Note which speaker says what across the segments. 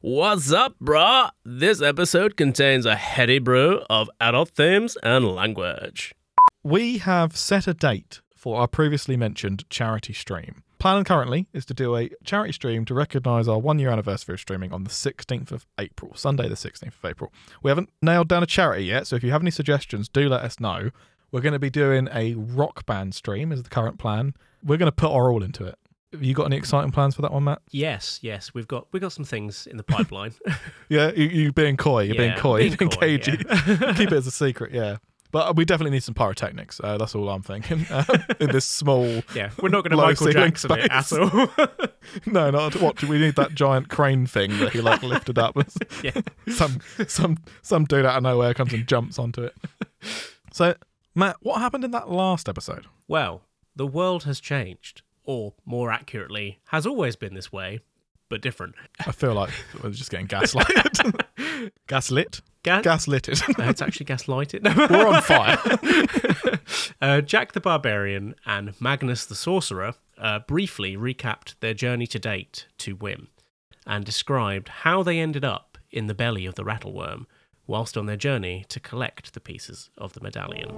Speaker 1: What's up, bruh? This episode contains a heady brew of adult themes and language.
Speaker 2: We have set a date for our previously mentioned charity stream. Plan currently is to do a charity stream to recognise our one year anniversary of streaming on the 16th of April, Sunday, the 16th of April. We haven't nailed down a charity yet, so if you have any suggestions, do let us know. We're going to be doing a rock band stream, is the current plan. We're going to put our all into it. Have you got any exciting plans for that one, Matt?
Speaker 1: Yes, yes, we've got we've got some things in the pipeline.
Speaker 2: Yeah, you, you being coy, you're
Speaker 1: Yeah,
Speaker 2: being coy,
Speaker 1: being
Speaker 2: you're being
Speaker 1: coy,
Speaker 2: cagey. Keep it as a secret, yeah. But we definitely need some pyrotechnics. Uh, that's all I'm thinking. Uh, in this small,
Speaker 1: yeah, we're not going to
Speaker 2: Low
Speaker 1: Michael
Speaker 2: ceiling
Speaker 1: Jackson it at
Speaker 2: space.
Speaker 1: all.
Speaker 2: no, not what we need that giant crane thing that he like lifted up.
Speaker 1: yeah.
Speaker 2: some some some dude out of nowhere comes and jumps onto it. So, Matt, what happened in that last episode?
Speaker 1: Well, the world has changed, or more accurately, has always been this way, but different.
Speaker 2: I feel like we're just getting gaslighted, gaslit,
Speaker 1: Ga-
Speaker 2: gaslitted.
Speaker 1: Uh, it's actually gaslighted.
Speaker 2: We're on fire.
Speaker 1: uh, Jack the Barbarian and Magnus the Sorcerer uh, briefly recapped their journey to date to Wim and described how they ended up in the belly of the rattleworm whilst on their journey to collect the pieces of the medallion.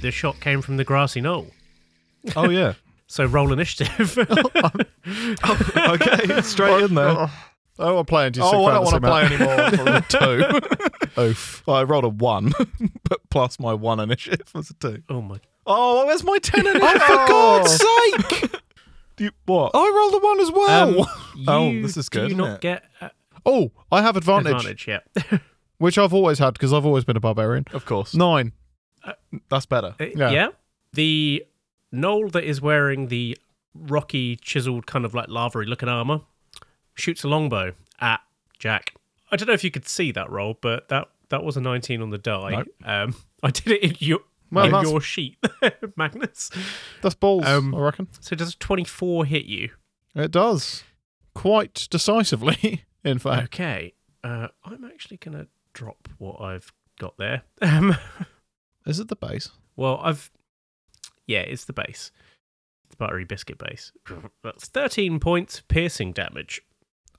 Speaker 1: The shot came from the grassy knoll.
Speaker 2: Oh yeah.
Speaker 1: So roll initiative.
Speaker 2: Okay, straight in there.
Speaker 3: I don't want to play into
Speaker 2: Oh, I don't want to play
Speaker 3: fantasy,
Speaker 2: anymore. For a two. Oof. Well, I rolled a one, but plus my one initiative was a two.
Speaker 1: oh my.
Speaker 2: Oh, where's my ten initiative?
Speaker 3: mate. For God's sake!
Speaker 2: You, what?
Speaker 3: I rolled a one as well.
Speaker 2: Oh,
Speaker 1: you-
Speaker 2: this is
Speaker 1: Do
Speaker 2: good,
Speaker 1: you
Speaker 2: isn't
Speaker 1: not
Speaker 2: it?
Speaker 1: get uh,
Speaker 3: oh, I have advantage,
Speaker 1: advantage? Yeah.
Speaker 3: which I've always had because I've always been a barbarian.
Speaker 2: Of course.
Speaker 3: Nine.
Speaker 2: That's better.
Speaker 1: Uh, yeah.
Speaker 3: Yeah.
Speaker 1: The knoll that is wearing the rocky, chiseled, kind of like lavery looking armor shoots a longbow at Jack. I don't know if you could see that roll, but that that was a 19 on the die.
Speaker 2: Nope.
Speaker 1: Um, I did it in your
Speaker 3: Well,
Speaker 1: in
Speaker 3: that's-
Speaker 1: your sheet, Magnus.
Speaker 3: That's balls,
Speaker 1: Um,
Speaker 3: I reckon.
Speaker 1: So does 24 hit you?
Speaker 3: It does. Quite decisively, in fact.
Speaker 1: Okay. Uh, I'm actually gonna drop what I've got there. Um,
Speaker 3: Is it the base?
Speaker 1: well, I've yeah, it's the base, the buttery biscuit base. That's 13 points piercing damage.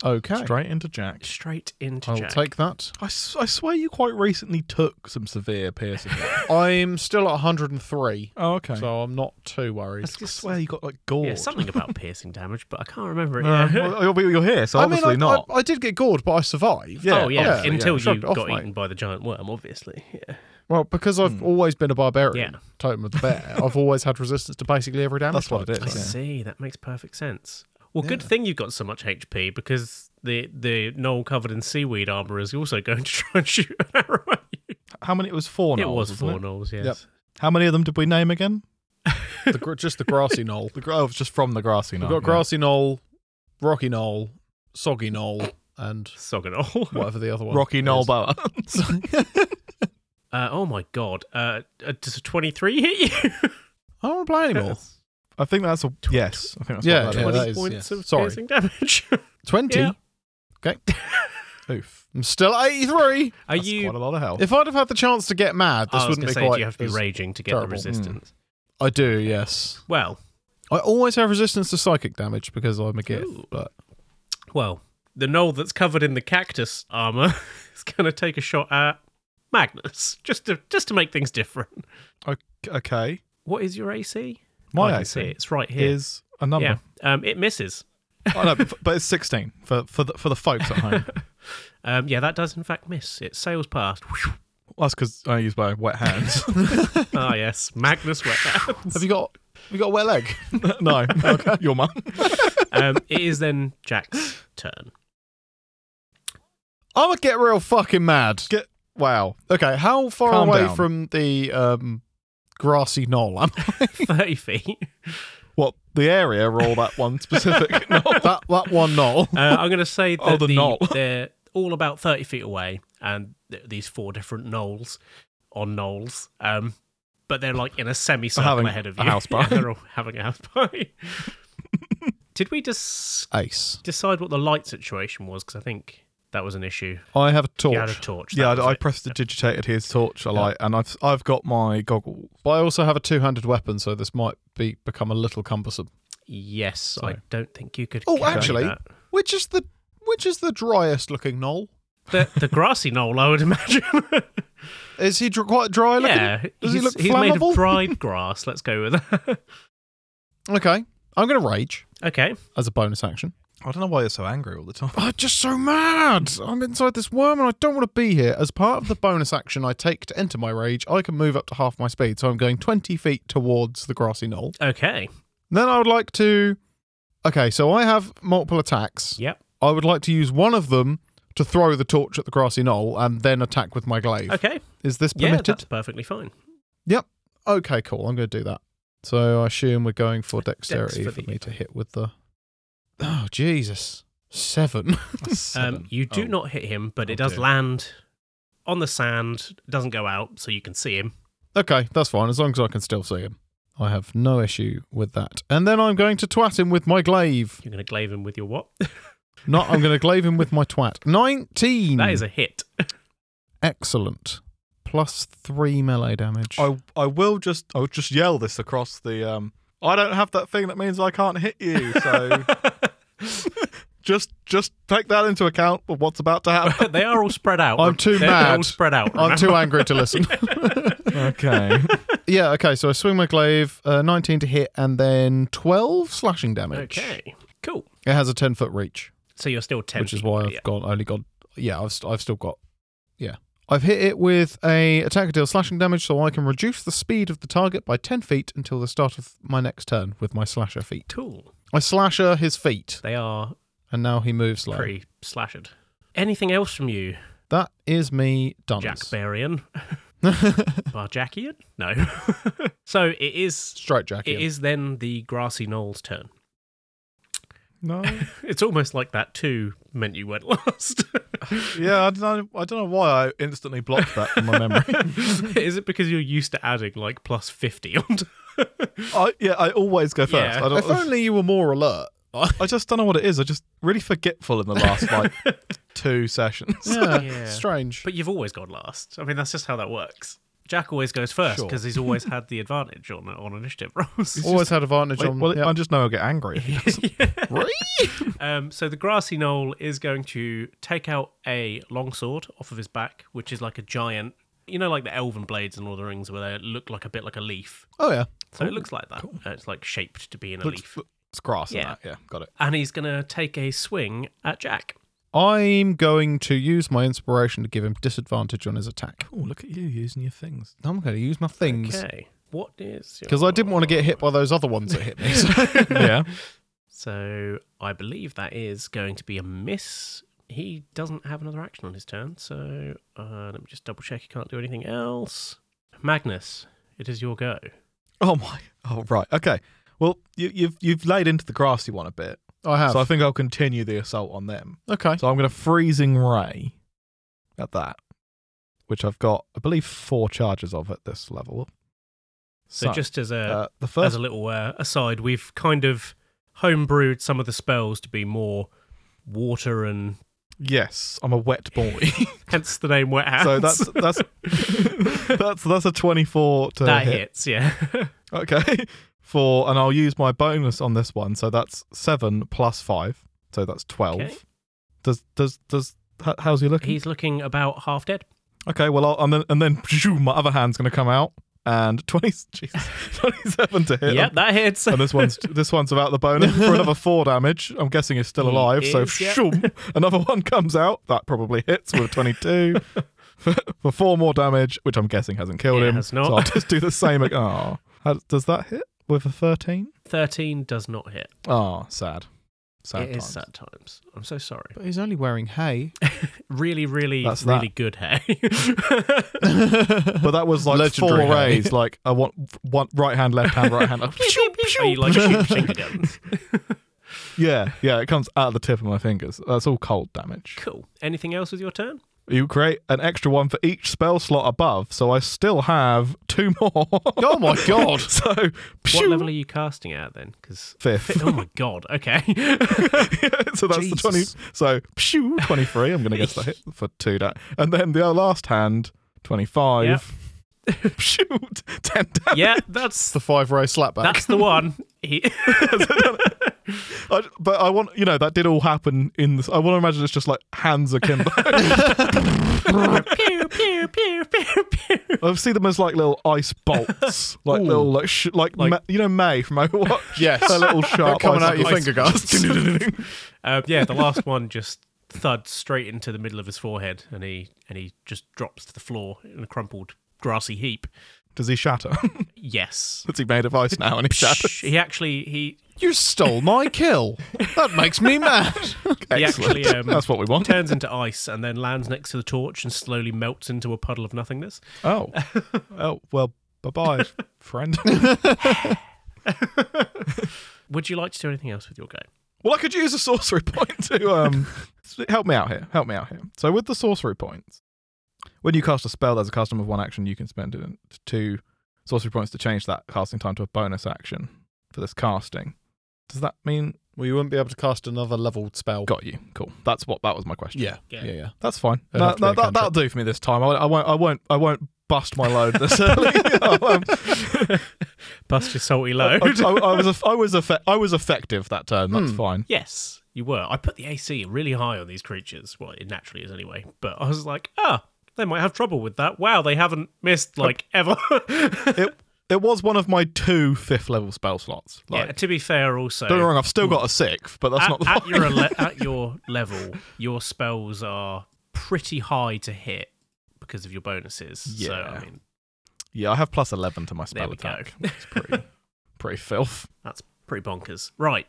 Speaker 3: Okay.
Speaker 2: Straight into Jack.
Speaker 1: straight into
Speaker 3: I'll
Speaker 1: Jack.
Speaker 3: take that.
Speaker 2: I, s- I swear you quite recently took some severe piercing.
Speaker 3: I'm still at 103,
Speaker 2: oh, okay.
Speaker 3: so I'm not too worried.
Speaker 1: That's
Speaker 2: I
Speaker 1: just-
Speaker 2: swear you got like gored.
Speaker 1: yeah, something about piercing damage, but I can't remember it.
Speaker 2: Uh,
Speaker 1: Yeah.
Speaker 2: well, you're you're here, so
Speaker 3: I mean,
Speaker 2: obviously
Speaker 3: I-
Speaker 2: not.
Speaker 3: I, I did get gored, but I survived.
Speaker 2: yeah,
Speaker 1: oh yeah,
Speaker 3: obviously,
Speaker 1: until
Speaker 3: yeah.
Speaker 1: you
Speaker 3: Shrugged it
Speaker 1: got
Speaker 3: off, mate.
Speaker 1: eaten by the giant worm, obviously. Yeah.
Speaker 3: Well, because I've
Speaker 2: Hmm.
Speaker 3: always been a barbarian,
Speaker 1: Yeah.
Speaker 3: totem of the bear, I've always had resistance to basically every damage.
Speaker 2: That's what
Speaker 3: type.
Speaker 2: it
Speaker 1: I
Speaker 2: is. Yeah.
Speaker 1: see. That makes perfect sense. Well, good thing you've got so much HP because the the knoll covered in seaweed armor is also going to try and shoot an arrow. at you.
Speaker 2: How many? It was four.
Speaker 1: It
Speaker 2: knolls,
Speaker 1: was
Speaker 2: wasn't
Speaker 1: four
Speaker 2: it?
Speaker 1: knolls, yes.
Speaker 2: How many of them did we name again?
Speaker 3: The gr- just the grassy knoll.
Speaker 2: The, gra- oh, it was just from the grassy knoll.
Speaker 3: We've got
Speaker 2: yeah.
Speaker 3: grassy knoll, rocky knoll, soggy knoll, and
Speaker 1: Sogonoll.
Speaker 3: whatever the other one.
Speaker 2: Rocky Knoll
Speaker 3: is.
Speaker 2: Boa.
Speaker 1: Uh, oh my god. Uh, uh, does a twenty three hit you?
Speaker 3: I don't want to play anymore.
Speaker 2: I think that's a yes. I think that's
Speaker 3: Yeah,
Speaker 2: what that
Speaker 3: yeah,
Speaker 2: is.
Speaker 1: Twenty
Speaker 3: that is-
Speaker 1: points
Speaker 3: yeah.
Speaker 1: of
Speaker 3: Sorry.
Speaker 1: piercing damage.
Speaker 3: Twenty.
Speaker 1: Yeah.
Speaker 2: Oof.
Speaker 3: I'm still at eighty-three.
Speaker 1: Are
Speaker 2: That's
Speaker 1: you?
Speaker 2: quite a lot of health.
Speaker 3: If I'd have had the chance to get mad, this
Speaker 1: I was
Speaker 3: wouldn't
Speaker 1: going
Speaker 3: be
Speaker 1: to say,
Speaker 3: quite.
Speaker 1: do you have to be
Speaker 3: as-
Speaker 1: raging to get
Speaker 3: terrible.
Speaker 1: the
Speaker 3: Mm.
Speaker 1: resistance?
Speaker 3: I do. Yes.
Speaker 1: Hmm. Well,
Speaker 3: I always have resistance to psychic damage because I'm a git.
Speaker 1: Ooh.
Speaker 3: But
Speaker 1: Well, the knoll that's covered in the cactus armor is going to take a shot at Magnus, just to just to make things different.
Speaker 2: Okay.
Speaker 1: What is your AC?
Speaker 2: My
Speaker 1: I can
Speaker 2: AC
Speaker 1: see it. It's right here.
Speaker 2: Is a number.
Speaker 1: yeah, um, it misses.
Speaker 2: oh, no, but- but it's 16 for for the, for the folks at home.
Speaker 1: Um, yeah, that does in fact miss. It sails past.
Speaker 2: Well, that's because I use my wet hands.
Speaker 1: ah, yes, Magnus wet hands.
Speaker 3: have you got? Have you got a wet leg?
Speaker 2: no, your mum.
Speaker 1: Um, it is then Jack's turn.
Speaker 3: I'm gonna get real fucking mad.
Speaker 2: Get-
Speaker 3: wow. Okay, how far
Speaker 2: Calm
Speaker 3: away
Speaker 2: down.
Speaker 3: from the um, grassy knoll am I?
Speaker 1: Thirty feet.
Speaker 2: What the area or all that one specific? no.
Speaker 3: that that one knoll.
Speaker 1: Uh, I'm going to say that
Speaker 2: Oh, the knoll.
Speaker 1: they're all about thirty feet away, and th- these four different knolls on Knowles, um, but they're like in a
Speaker 2: having
Speaker 1: semicircle ahead of
Speaker 2: a
Speaker 1: you.
Speaker 2: house party.
Speaker 1: Yeah, they're all having a house party. Did we just
Speaker 3: Ace.
Speaker 1: decide what the light situation was? Because I think that was an issue.
Speaker 2: I have a torch.
Speaker 1: You had a torch.
Speaker 2: yeah,
Speaker 1: that
Speaker 2: I,
Speaker 1: was
Speaker 2: I
Speaker 1: it.
Speaker 2: pressed the digitated here's torch a light, and I've I've got my goggles.
Speaker 3: But I also have a two-handed weapon, so this might be become a little cumbersome.
Speaker 1: Yes, I don't think you could.
Speaker 3: Oh,
Speaker 1: carry
Speaker 3: actually-
Speaker 1: that.
Speaker 3: Which is the which is the driest looking knoll?
Speaker 1: the the grassy knoll, I would imagine.
Speaker 2: Oh,
Speaker 3: Is he dr- quite dry looking?
Speaker 1: yeah,
Speaker 3: Does he
Speaker 1: he's,
Speaker 3: look
Speaker 1: he's made
Speaker 3: flammable?
Speaker 1: of dried grass. Let's go with that.
Speaker 3: Okay, I'm going to rage
Speaker 1: okay,
Speaker 3: as a bonus action.
Speaker 2: I don't know why you're so angry all the time.
Speaker 3: I'm just so mad. I'm inside this worm and I don't want to be here. As part of the bonus action I take to enter my rage, I can move up to half my speed, so I'm going 20 feet towards the grassy knoll.
Speaker 1: okay,
Speaker 3: Then I would like to. Okay, so I have multiple attacks.
Speaker 1: yep,
Speaker 3: I would like to use one of them to throw the torch at the grassy knoll and then attack with my glaive.
Speaker 1: okay,
Speaker 3: Is this
Speaker 1: yeah,
Speaker 3: permitted?
Speaker 1: that's perfectly fine.
Speaker 3: Okay, cool. I'm going to do that. So I assume we're going for dexterity
Speaker 1: for
Speaker 3: for
Speaker 1: the-
Speaker 3: me to hit with the. Oh Jesus, seven.
Speaker 1: Um, you do not hit him, but
Speaker 2: Oh,
Speaker 1: it does
Speaker 2: dear.
Speaker 1: land on the sand. It doesn't go out, so you can see him.
Speaker 3: okay, that's fine. As long as I can still see him, I have no issue with that. And then I'm going to twat him with my glaive.
Speaker 1: You're going to glaive him with your what?
Speaker 3: Not. I'm going to glaive him with my twat. Nineteen.
Speaker 1: that is a hit.
Speaker 3: excellent. Plus three melee damage.
Speaker 2: I I will just I will just yell this across the um. I don't have that thing that means I can't hit you. So just just take that into account of what's about to happen.
Speaker 1: they are all spread out.
Speaker 3: I'm too
Speaker 1: they're, They're all
Speaker 3: mad.
Speaker 1: spread out.
Speaker 3: I'm
Speaker 1: remember?
Speaker 3: too angry to listen.
Speaker 2: okay.
Speaker 3: yeah, okay, so I swing my glaive, uh, 19 to hit, and then 12 slashing damage.
Speaker 1: Okay, cool.
Speaker 3: It has a 10 foot reach,
Speaker 1: So you're still ten,
Speaker 3: which is
Speaker 1: feet,
Speaker 3: why
Speaker 1: but
Speaker 3: I've
Speaker 1: yeah.
Speaker 3: got only got. Yeah, I've, st- I've still got. Yeah. I've hit it with a attack deal slashing damage, so I can reduce the speed of the target by 10 feet until the start of my next turn with my slasher feet.
Speaker 1: Cool.
Speaker 3: I slasher his feet,
Speaker 1: They are
Speaker 3: and now he moves slow.
Speaker 1: pretty slashered. Anything else from you,
Speaker 3: That is me done.
Speaker 1: Jack Barian? Barjackian? No. so it is
Speaker 3: Straight Jack.
Speaker 1: it is then the grassy knoll's turn.
Speaker 2: No.
Speaker 1: It's almost like that too meant you went last.
Speaker 2: Yeah, I don't know. I don't know why I instantly blocked that from my memory.
Speaker 1: is it because you're used to adding like plus fifty onto
Speaker 2: I yeah, I always go first.
Speaker 1: Yeah.
Speaker 2: I,
Speaker 3: If
Speaker 2: don't,
Speaker 3: only you were more alert.
Speaker 2: I just don't know what it is. I just really forgetful in the last like two sessions.
Speaker 3: Yeah,
Speaker 1: Yeah.
Speaker 3: strange.
Speaker 1: But you've always gone last. I mean that's just how that works. Jack always goes first
Speaker 3: Sure.
Speaker 1: because he's always had the advantage on on initiative rolls.
Speaker 3: Always had advantage
Speaker 2: Wait,
Speaker 3: on.
Speaker 2: well,
Speaker 3: yeah.
Speaker 2: I just know I'll get angry. if he does.
Speaker 3: Really?
Speaker 1: Um, so the grassy knoll is going to take out a longsword off of his back, which is like a giant, you know, like the elven blades in Lord of the Rings, where they look like a bit like a leaf.
Speaker 3: Oh yeah.
Speaker 1: So it looks like that. Uh, it's like shaped to be in a leaf.
Speaker 2: Looks, it's grass. Yeah.
Speaker 1: Yeah.
Speaker 2: that. yeah, got it.
Speaker 1: And he's going to take a swing at Jack.
Speaker 3: I'm going to use my inspiration to give him disadvantage on his attack.
Speaker 2: Oh, look at you using your things.
Speaker 3: I'm going to use my things
Speaker 1: Okay. What is your-
Speaker 3: because I didn't want to get hit by those other ones that hit me. so-
Speaker 2: yeah.
Speaker 1: So I believe that is going to be a miss. He doesn't have another action on his turn, so uh, let me just double check he can't do anything else. Magnus, it is your go.
Speaker 2: Oh my. Oh right. Okay. Well, you, you've you've laid into the grassy one a bit,
Speaker 3: I have.
Speaker 2: so I think I'll continue the assault on them.
Speaker 3: okay.
Speaker 2: So I'm going to freezing ray at that, which I've got, I believe, four charges of at this level.
Speaker 1: So, just as a
Speaker 2: uh, the
Speaker 1: as
Speaker 2: first
Speaker 1: a little uh, aside, we've kind of homebrewed some of the spells to be more water and
Speaker 2: Yes, I'm a wet boy.
Speaker 1: hence the name Wet Hands.
Speaker 2: so that's that's that's that's a 24 to
Speaker 1: that
Speaker 2: hit.
Speaker 1: hits, yeah.
Speaker 2: Okay. For and I'll use my bonus on this one, so that's 7 plus 5. So that's 12.
Speaker 1: Okay.
Speaker 2: Does does does h- how's he looking?
Speaker 1: He's looking about half dead.
Speaker 2: Okay, well I'll, and then and then my other hand's going to come out and 20 jeez, 27 to hit.
Speaker 1: Yep, that hits.
Speaker 2: And this one's this one's about the bonus for another 4 damage. I'm guessing he's still
Speaker 1: He
Speaker 2: alive, so
Speaker 1: is, yep.
Speaker 2: shoom, another one comes out. That probably hits with 22. for, for 4 more damage, which I'm guessing hasn't killed
Speaker 1: It
Speaker 2: him.
Speaker 1: has not.
Speaker 2: So I'll just do the same again. Oh. How, does that hit with a 13?
Speaker 1: Thirteen does not hit.
Speaker 2: Oh, sad. Sad
Speaker 1: It is
Speaker 2: times.
Speaker 1: sad times. I'm so sorry.
Speaker 3: But he's only wearing hay.
Speaker 1: Really, really,
Speaker 2: That's
Speaker 1: really good hay.
Speaker 2: But that was like
Speaker 3: Legendary
Speaker 2: four
Speaker 3: hay.
Speaker 2: rays. Like I want one right hand, left hand, right hand. like,
Speaker 1: Are you like shoot finger guns?
Speaker 2: yeah, yeah. It comes out of the tip of my fingers. That's all cold damage.
Speaker 1: Cool. Anything else with your turn?
Speaker 2: You create an extra one for each spell slot above, so I still have two more.
Speaker 3: Oh my god.
Speaker 2: so,
Speaker 1: What
Speaker 2: phew,
Speaker 1: level are you casting at then? Because
Speaker 2: fifth.
Speaker 1: oh my god. Okay.
Speaker 2: so that's the 20.
Speaker 3: Jesus.
Speaker 2: So, phew, 23. I'm going to guess the hit for two. That. And then the last hand, 25. Phew, 10 damage.
Speaker 1: yeah, that's
Speaker 3: the five row slapback.
Speaker 1: that's the one. He,
Speaker 2: I, but I want, you know, that did all happen in this. I want to imagine it's just like hands akimbo.
Speaker 1: pew pew pew pew pew.
Speaker 2: I see them as like little ice bolts, like
Speaker 3: Ooh.
Speaker 2: little like sh- like,
Speaker 1: Like-
Speaker 2: Ma- you know May from Overwatch.
Speaker 3: Yes.
Speaker 2: a little sharp
Speaker 3: coming out your
Speaker 2: ice
Speaker 3: finger guards.
Speaker 1: Uh, yeah, the last one just thuds straight into the middle of his forehead, and he and he just drops to the floor in a crumpled grassy heap.
Speaker 2: Does he shatter?
Speaker 1: Yes.
Speaker 2: Is he made of ice now and he shatters?
Speaker 1: He actually he
Speaker 3: you stole my kill. That makes me mad.
Speaker 1: he
Speaker 2: Excellent.
Speaker 1: actually um,
Speaker 2: That's what we want.
Speaker 1: turns into ice and then lands next to the torch and slowly melts into a puddle of nothingness.
Speaker 2: Oh, oh well. Bye bye, friend.
Speaker 1: Would you like to do anything else with your game?
Speaker 2: well, I could use a sorcery point to um help me out here. Help me out here. So with the sorcery points, when you cast a spell as a custom of one action, you can spend it in- two sorcery points to change that casting time to a bonus action for this casting. Does that mean
Speaker 3: Well, you wouldn't be able to cast another leveled spell.
Speaker 2: got you? Cool. That's what that was my question.
Speaker 3: Yeah.
Speaker 1: Yeah.
Speaker 3: Yeah. Yeah.
Speaker 2: That's fine.
Speaker 3: It'd
Speaker 2: No,
Speaker 3: have to be
Speaker 2: no, that,
Speaker 3: a cantrip.
Speaker 2: that'll do for me this time. I, won't- I won't. I won't. I won't bust my load this early. I'll, um,
Speaker 1: Bust your salty
Speaker 2: I,
Speaker 1: load.
Speaker 2: I- I was. eff- I was. Effe- I was effective that turn. That's
Speaker 3: Hmm.
Speaker 2: fine.
Speaker 1: yes, you were. I put the AC really high on these creatures. Well, it naturally is anyway. But I was like, ah, they might have trouble with that. Wow, they haven't missed like ever.
Speaker 2: It. It was one of my two fifth level spell slots. Like,
Speaker 1: yeah, to be fair, also.
Speaker 2: don't get me wrong. I've still got a sixth, but that's
Speaker 1: at,
Speaker 2: not the
Speaker 1: at
Speaker 2: point.
Speaker 1: your ele- at your level, your spells are pretty high to hit because of your bonuses. So
Speaker 2: Yeah.
Speaker 1: I mean,
Speaker 2: Yeah, I have plus eleven to my
Speaker 1: there
Speaker 2: spell
Speaker 1: we go.
Speaker 2: attack. It's pretty. Pretty filth.
Speaker 1: That's pretty bonkers. Right.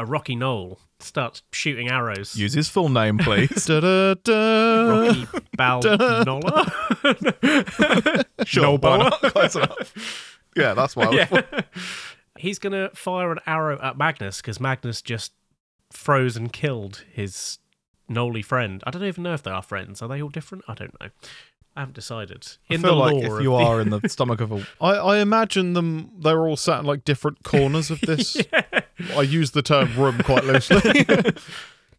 Speaker 1: A rocky knoll starts shooting arrows.
Speaker 2: Use his full name, please.
Speaker 3: Da-da-da.
Speaker 1: rocky Balnola.
Speaker 2: sure, why not? Close enough. Yeah, that's why. I was
Speaker 1: yeah. He's going to fire an arrow at Magnus because Magnus just froze and killed his Nolly friend. I don't even know if they are friends. Are they all different? I don't know. I haven't decided.
Speaker 2: I
Speaker 1: In
Speaker 2: feel
Speaker 1: the
Speaker 2: like
Speaker 1: lore
Speaker 2: if
Speaker 1: of
Speaker 2: you
Speaker 1: the-
Speaker 2: are in the stomach of a
Speaker 3: I, I imagine them. They're all sat in like different corners of this. I use the term room quite loosely,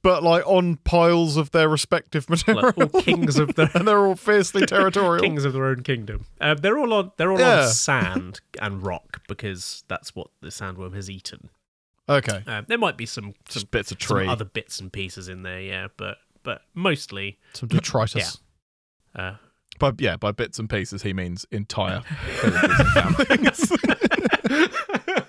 Speaker 3: but like on piles of their respective material,
Speaker 1: like, all kings of the
Speaker 3: and they're all fiercely territorial.
Speaker 1: kings of their own kingdom. Uh, they're all on they're all
Speaker 3: Yeah.
Speaker 1: on sand and rock because that's what the sandworm has eaten.
Speaker 3: Okay,
Speaker 1: Uh, there might be some some,
Speaker 2: just bits of
Speaker 1: some
Speaker 2: tree.
Speaker 1: other bits and pieces in there, yeah, but but mostly
Speaker 3: some detritus.
Speaker 1: Yeah. uh,
Speaker 2: By yeah, by bits and pieces, he means entire villages and families.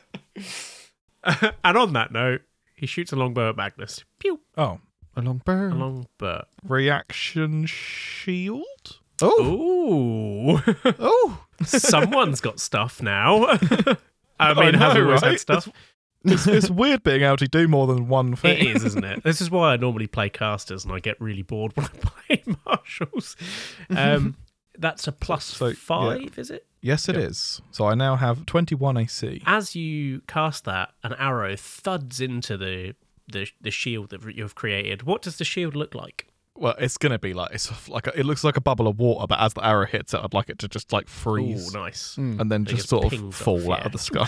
Speaker 1: and on that note, he shoots a longbow at Magnus. Pew,
Speaker 2: oh,
Speaker 3: A long bird.
Speaker 1: a longbow.
Speaker 2: reaction shield.
Speaker 3: Oh,
Speaker 1: Ooh,
Speaker 3: oh,
Speaker 1: someone's got stuff now. I mean,
Speaker 2: know,
Speaker 1: have we always
Speaker 2: right?
Speaker 1: had stuff?
Speaker 2: It's, it's weird being able to do more than one thing.
Speaker 1: It is, isn't it? This is why I normally play casters, and I get really bored when I play marshals. Um, that's a plus
Speaker 2: So- so, yeah.
Speaker 1: five, is it?
Speaker 2: Yes, it is. So I now have 21 AC.
Speaker 1: As you cast that, an arrow thuds into the the, the shield that you've created. What does the shield look like?
Speaker 2: Well, it's gonna be like it's like a, it looks like a bubble of water, but as the arrow hits it, I'd like it to just like
Speaker 1: Oh,
Speaker 2: freeze Hmm.
Speaker 1: nice.
Speaker 2: and then
Speaker 1: Like
Speaker 2: just
Speaker 1: it
Speaker 2: sort of
Speaker 1: pings off,
Speaker 2: fall out
Speaker 1: yeah.
Speaker 2: of the sky.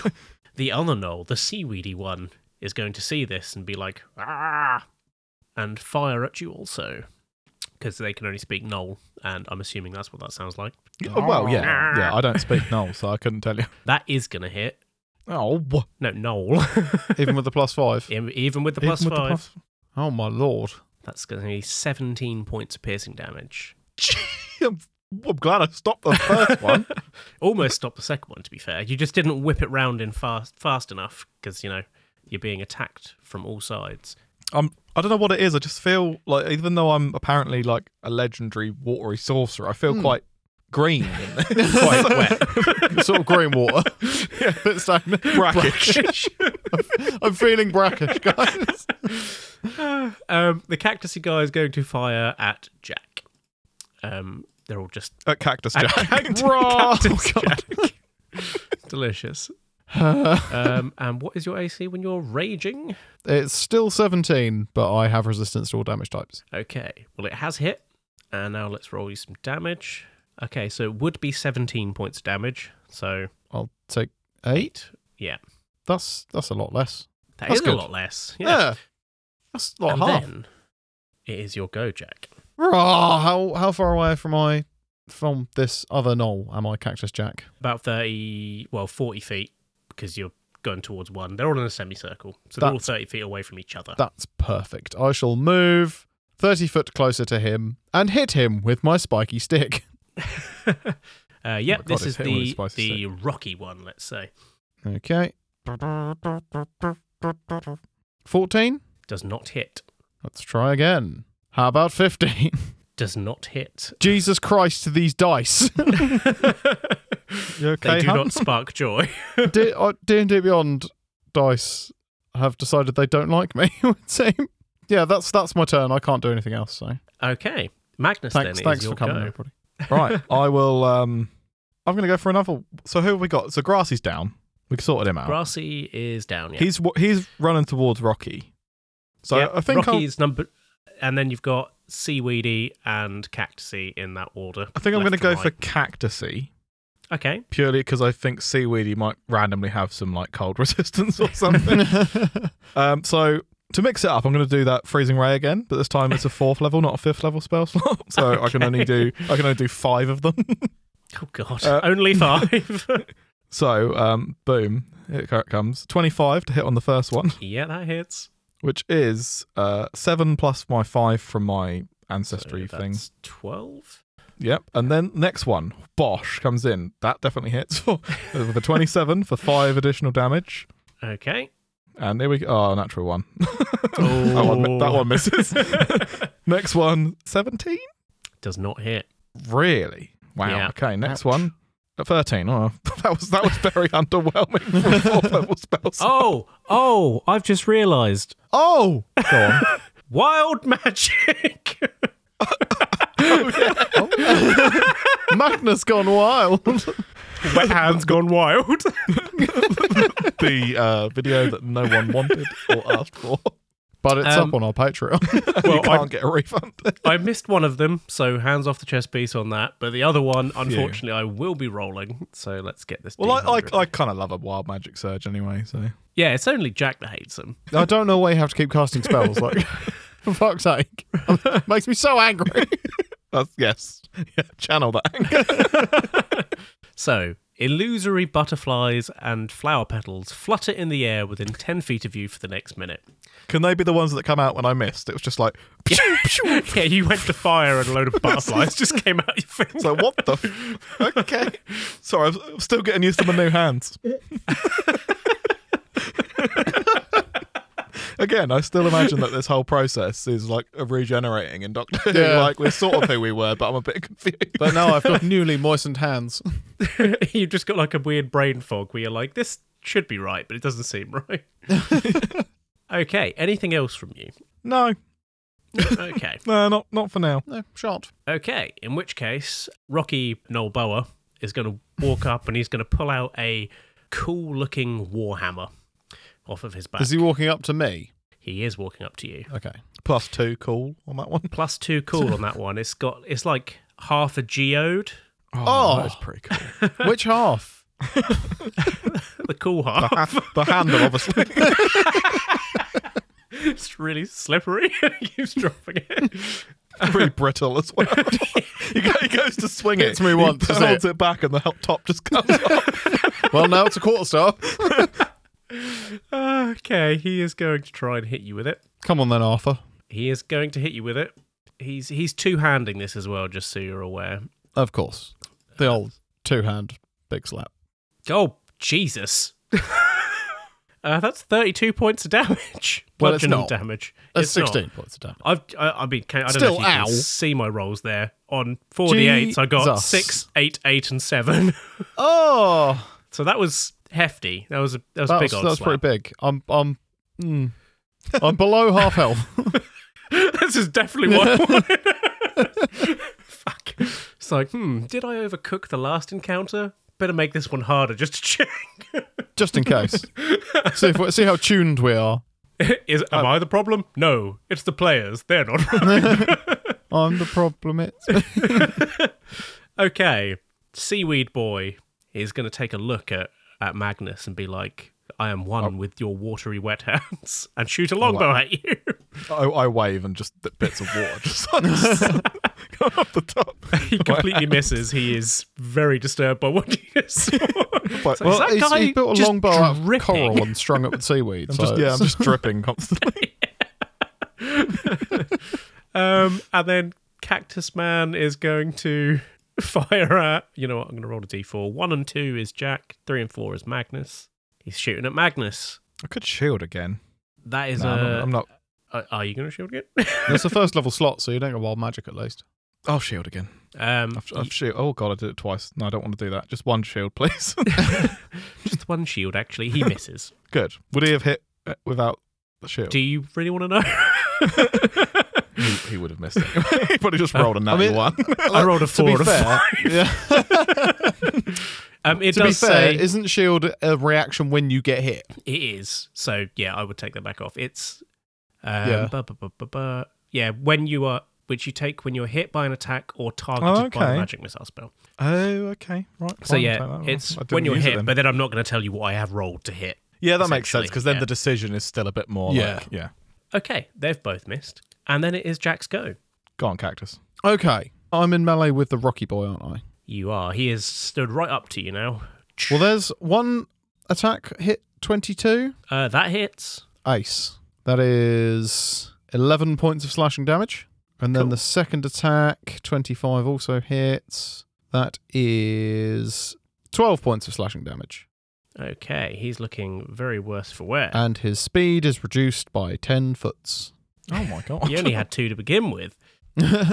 Speaker 1: The other knoll, the seaweedy one, is going to see this and be like, ah, and fire at you also. Because they can only speak knoll, and I'm assuming that's what that sounds like.
Speaker 2: Oh, well, yeah, yeah. I don't speak null, so I couldn't tell you.
Speaker 1: That is going to hit.
Speaker 2: Oh, wha-
Speaker 1: No, knoll.
Speaker 3: even with the plus five.
Speaker 1: Even even with the
Speaker 2: even
Speaker 1: plus
Speaker 2: with the
Speaker 1: five,
Speaker 2: plus-
Speaker 3: Oh my lord.
Speaker 1: that's going to be 17 points of piercing damage.
Speaker 2: Gee, I'm, I'm glad I stopped the first one.
Speaker 1: Almost stopped the second one, to be fair. You just didn't whip it round in fast fast enough because, you know, you're being attacked from all sides.
Speaker 2: I'm I don't know what it is. I just feel like even though I'm apparently like a legendary watery sorcerer, I
Speaker 1: Hmm.
Speaker 2: feel quite green, in this. quite wet,
Speaker 3: sort of green water. Bit stagnant.
Speaker 2: brackish.
Speaker 3: I'm feeling brackish, guys.
Speaker 1: um, the cactusy guy is going to fire at Jack. Um, they're all just
Speaker 2: At Cactus Jack.
Speaker 3: Raw.
Speaker 1: Jack. delicious. um, and what is your AC when you're raging?
Speaker 3: It's still 17, but I have resistance to all damage types.
Speaker 1: Okay, well it has hit, And now let's roll you some damage. Okay, so it would be 17 points of damage. So
Speaker 3: I'll take eight.
Speaker 1: Yeah,
Speaker 3: That's that's a lot less.
Speaker 1: that is
Speaker 3: That's
Speaker 1: a
Speaker 3: good.
Speaker 1: lot less. Yeah,
Speaker 3: That's a lot
Speaker 1: and
Speaker 3: half.
Speaker 1: then it is your go, Jack.
Speaker 3: Rah, how how far away from I from this other knoll am I, Cactus Jack?
Speaker 1: About 30, well, 40 feet because you're going towards one. They're all in a semicircle, so they're all
Speaker 3: That's-
Speaker 1: 30 feet away from each other.
Speaker 3: That's perfect. I shall move thirty foot closer to him and hit him with my spiky stick.
Speaker 1: uh, yep,
Speaker 2: Oh God,
Speaker 1: this
Speaker 2: it's
Speaker 1: is
Speaker 2: hitting with
Speaker 1: the
Speaker 2: a spicy
Speaker 1: the rocky one, let's say.
Speaker 3: Okay. Fourteen.
Speaker 1: Does not hit.
Speaker 3: Let's try again. How about fifteen?
Speaker 1: Does not hit.
Speaker 3: Jesus Christ, these dice. You okay,
Speaker 1: they do
Speaker 3: hun?
Speaker 1: not spark joy.
Speaker 3: D and D Beyond dice have decided they don't like me. it would seem. Yeah, that's that's my turn. I can't do anything else. So
Speaker 1: Okay, Magnus. then
Speaker 3: thanks,
Speaker 1: it
Speaker 3: thanks
Speaker 1: is your
Speaker 3: for coming,
Speaker 1: go.
Speaker 3: everybody.
Speaker 2: Right. I will. Um, I'm going to go for another. So who have we got? So Grassy's down. We sorted him out.
Speaker 1: Grassy is down. Yeah.
Speaker 2: He's wa- he's running towards Rocky. So
Speaker 1: Yep,
Speaker 2: I think I'll,
Speaker 1: Rocky's number, and then you've got seaweedy and cactusy in that order.
Speaker 2: I think I'm
Speaker 1: left
Speaker 2: going to go
Speaker 1: and
Speaker 2: for
Speaker 1: right.
Speaker 2: Cactusy
Speaker 1: okay.
Speaker 2: purely because I think Seaweedy might randomly have some like cold resistance or something. um, so to mix it up, I'm going to do that freezing ray again, but this time it's a fourth level, not a fifth level spell slot. So I can only do I can only do five of them.
Speaker 1: Oh god,
Speaker 2: Uh,
Speaker 1: only five.
Speaker 2: so um, boom, here it comes. 25 to hit on the first one.
Speaker 1: yeah, that hits.
Speaker 2: which is uh, seven plus my five from my ancestry
Speaker 1: so
Speaker 2: thing.
Speaker 1: that's Twelve.
Speaker 2: Yep. And then next one, Bosch comes in. That definitely hits for with a twenty-seven for five additional damage.
Speaker 1: Okay.
Speaker 2: And there we go. Oh, natural one. that, one mi-
Speaker 1: Oh,
Speaker 2: that one misses. next one, 17?
Speaker 1: does not hit.
Speaker 2: Really? Wow.
Speaker 1: Yeah.
Speaker 2: Okay. Next
Speaker 3: Ouch.
Speaker 2: one, a thirteen. Oh, that was that was very underwhelming for a fourth level spell. slot.
Speaker 1: Oh, oh! I've just realised.
Speaker 2: Oh, go on.
Speaker 1: Wild magic.
Speaker 3: Magnus gone wild.
Speaker 1: Wet hands gone wild.
Speaker 2: the uh, video that no one wanted or asked for.
Speaker 3: But it's
Speaker 1: Um,
Speaker 3: up on our Patreon.
Speaker 2: you
Speaker 1: well,
Speaker 2: can't
Speaker 1: I,
Speaker 2: get a refund.
Speaker 1: I missed one of them, so hands off the chess piece on that. But the other one, unfortunately, I will be rolling. So let's get this.
Speaker 2: Well, I, I,
Speaker 1: D100.
Speaker 2: I kind of love a wild magic surge anyway, so.
Speaker 1: yeah, it's only Jack that hates them.
Speaker 3: I don't know why you have to keep casting spells. Like, for fuck's sake, makes me so angry.
Speaker 2: That's, yes. Yeah, channel that anger.
Speaker 1: So, illusory butterflies and flower petals flutter in the air within 10 feet of you for the next minute.
Speaker 2: Can they be the ones that come out when I missed? It was just like,
Speaker 1: Yeah, you went to fire and a load of butterflies just came out your finger.
Speaker 2: so what the? f- okay. Sorry, I'm I'm still getting used to my new hands. Again, I still imagine that this whole process is like a regenerating in Doctor Who.
Speaker 3: Yeah.
Speaker 2: Like we're sort of who we were, but I'm a bit confused.
Speaker 3: But now I've got newly moistened hands.
Speaker 1: you just got like a weird brain fog where you're like, this should be right, but it doesn't seem right. okay, anything else from you?
Speaker 2: No,
Speaker 1: Okay.
Speaker 2: no, not not for now.
Speaker 3: No, shot.
Speaker 1: Okay, in which case, Rocky Noel Boa is going to walk up and he's going to pull out a cool looking warhammer off of his back.
Speaker 3: Is he walking up to me?
Speaker 1: he is walking up to you.
Speaker 3: Okay.
Speaker 2: Plus two, cool on that one.
Speaker 1: Plus two cool on that one. It's got it's like half a geode,
Speaker 3: Oh.
Speaker 2: that is pretty cool.
Speaker 3: Which half?
Speaker 1: the cool half.
Speaker 2: the handle, obviously.
Speaker 1: it's really slippery. he keeps dropping it.
Speaker 2: pretty brittle as well. he, go- he goes to swing it.
Speaker 3: Hits me
Speaker 2: he
Speaker 3: once,
Speaker 2: p-
Speaker 3: is it?
Speaker 2: holds it back, and the hel- top just comes off.
Speaker 3: Well, now it's a quarter star.
Speaker 1: Okay, he is going to try and hit you with it.
Speaker 3: Come on then, Arthur.
Speaker 1: He is going to hit you with it. He's he's two handing this as well, just so you're aware.
Speaker 3: Of course. The old two hand big slap.
Speaker 1: Oh, Jesus. uh, that's 32 points of damage.
Speaker 3: Well, it's
Speaker 1: Bludgeoning
Speaker 3: not.
Speaker 1: damage.
Speaker 3: That's
Speaker 1: It's not.
Speaker 3: 16 points of damage.
Speaker 1: I've, I, I mean, can, I don't know
Speaker 3: Still,
Speaker 1: if you can
Speaker 3: ow.
Speaker 1: see my rolls there. On 48, I got
Speaker 3: Jesus.
Speaker 1: 6, 8, 8, and 7.
Speaker 3: Oh,
Speaker 1: So that was hefty. That was a, that was a
Speaker 3: that
Speaker 1: big
Speaker 3: was,
Speaker 1: old
Speaker 3: that was pretty big. I'm, I'm, mm, I'm below half health.
Speaker 1: this is definitely what I wanted. Fuck. It's like, hmm, did I overcook the last encounter? Better make this one harder just to check.
Speaker 3: just in case. see, if we, see how tuned we are.
Speaker 1: uh, is, am I the problem? No, it's the players. They're not.
Speaker 3: I'm the problem. It's
Speaker 1: okay, Seaweed Boy is going to take a look at, at Magnus and be like, I am one with your watery wet hands, and shoot a longbow at you.
Speaker 2: I, I wave and just the bits of water just like, come up the top.
Speaker 1: he completely misses. He is very disturbed by what he just saw.
Speaker 2: But-
Speaker 1: So is
Speaker 3: Well,
Speaker 1: that
Speaker 3: he's,
Speaker 1: guy
Speaker 3: he's built a
Speaker 1: just
Speaker 3: long bow out of
Speaker 1: dripping?
Speaker 3: coral and strung it with seaweed.
Speaker 2: I'm
Speaker 3: so
Speaker 2: just, yeah, I'm
Speaker 3: it's-
Speaker 2: just dripping constantly.
Speaker 1: Um, and then Cactus Man is going to fire at. You know what? I'm going to roll a d4. One and two is Jack. Three and four is Magnus. He's shooting at Magnus.
Speaker 2: I could shield again.
Speaker 1: That is
Speaker 2: No, I'm not-
Speaker 1: a.
Speaker 2: I'm not.
Speaker 1: uh, Are you going to shield again?
Speaker 3: it's a first level slot, so you don't get wild magic at least.
Speaker 2: I'll shield again.
Speaker 1: um,
Speaker 2: I've, I've shield. Oh god, I did it twice. No, I don't want to do that. Just one shield, please.
Speaker 1: just one shield. Actually, he misses.
Speaker 2: Good. Would he have hit uh, without the shield?
Speaker 1: Do you really want to know?
Speaker 2: he, he would have missed it. he probably just rolled a natty
Speaker 3: mean-
Speaker 2: one.
Speaker 1: I rolled a
Speaker 3: To
Speaker 1: four.
Speaker 3: be
Speaker 1: and a
Speaker 3: fair, yeah.
Speaker 1: five. Um, it
Speaker 3: to be
Speaker 1: does
Speaker 3: fair,
Speaker 1: say
Speaker 3: isn't shield E a reaction when you get hit?
Speaker 1: it is. So yeah, I would take that back off. It's um,
Speaker 3: Yeah.
Speaker 1: yeah. yeah, when you are which you take when you're hit by an attack or targeted by a
Speaker 2: Oh, okay.
Speaker 1: magic missile spell.
Speaker 2: Oh, okay, right.
Speaker 1: So
Speaker 2: fine, I'll take that
Speaker 1: yeah,
Speaker 2: one.
Speaker 1: it's
Speaker 2: I didn't
Speaker 1: when you're
Speaker 2: use it
Speaker 1: hit,
Speaker 2: then.
Speaker 1: but then I'm not going to tell you what I have rolled to hit.
Speaker 2: yeah, that makes sense
Speaker 1: essentially,
Speaker 2: because then
Speaker 1: yeah.
Speaker 2: the decision is still a bit more.
Speaker 3: Yeah.
Speaker 2: like, yeah.
Speaker 1: Okay, they've both missed, and then it is Jack's go.
Speaker 2: Go on, cactus.
Speaker 3: Okay, I'm in melee with the Rocky Boy, aren't I?
Speaker 1: You are. He is stood right up to you now.
Speaker 3: Well, there's one attack hit 22
Speaker 1: Uh, that hits.
Speaker 3: ace. That is 11 points of slashing damage. And then
Speaker 1: Cool.
Speaker 3: the second attack, 25 also hits. That is 12 points of slashing damage.
Speaker 1: Okay, he's looking very worse for wear.
Speaker 2: Uh,
Speaker 3: And his speed is reduced by 10 foots.
Speaker 2: Oh my god.
Speaker 1: he only had two to begin with.
Speaker 3: there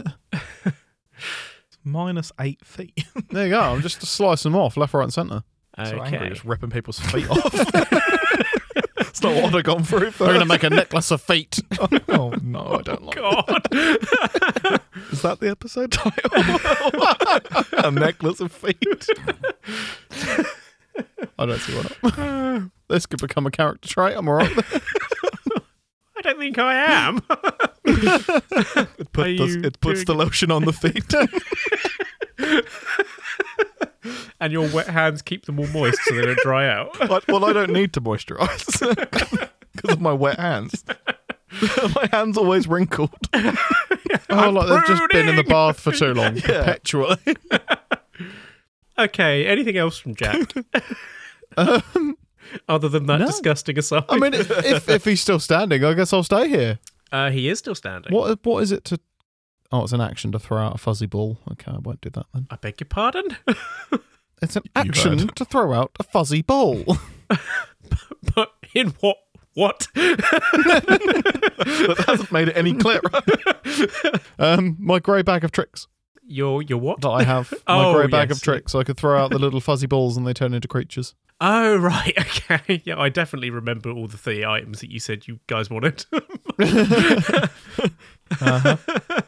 Speaker 2: minus eight feet.
Speaker 3: you go. I'm just slicing them off left, right, and centre.
Speaker 2: So angry,
Speaker 1: Okay.
Speaker 2: just ripping people's feet off. It's not what I've gone through.
Speaker 3: They're going to make a necklace of feet.
Speaker 2: oh no, I don't like.
Speaker 1: God.
Speaker 2: Is that the episode title? a necklace of feet.
Speaker 3: I don't see why not. this could become a character trait. I'm all right. with it.
Speaker 1: I don't think I am.
Speaker 2: It,
Speaker 1: Are
Speaker 2: put
Speaker 1: you
Speaker 2: the, it puts the lotion on the feet.
Speaker 1: and your wet hands keep them all moist so they don't dry out.
Speaker 2: I- well, I don't need to moisturise because of my wet hands. my hands always wrinkled.
Speaker 3: Oh, like they've just been in the bath for too long.
Speaker 2: Perpetually.
Speaker 1: Okay, anything else from Jack? Other than that disgusting aside.
Speaker 3: Um, I mean, if, if he's still standing, I guess I'll stay here.
Speaker 1: uh, he is still standing.
Speaker 3: What what is it to? Oh, it's an action to throw out a fuzzy ball. Okay, I won't do that then.
Speaker 1: I beg your pardon?
Speaker 3: It's an
Speaker 2: You
Speaker 3: action
Speaker 2: heard.
Speaker 3: to throw out a fuzzy ball.
Speaker 1: but in what? What?
Speaker 2: That hasn't made it any clearer.
Speaker 3: um, my grey bag of tricks
Speaker 1: Your your what?
Speaker 3: that I have. My
Speaker 1: Oh,
Speaker 3: grey bag
Speaker 1: yes.
Speaker 3: of tricks. I could throw out the little fuzzy balls and they turn into creatures.
Speaker 1: Oh right, okay. Yeah, I definitely remember all the three items that you said you guys wanted.
Speaker 3: Uh-huh.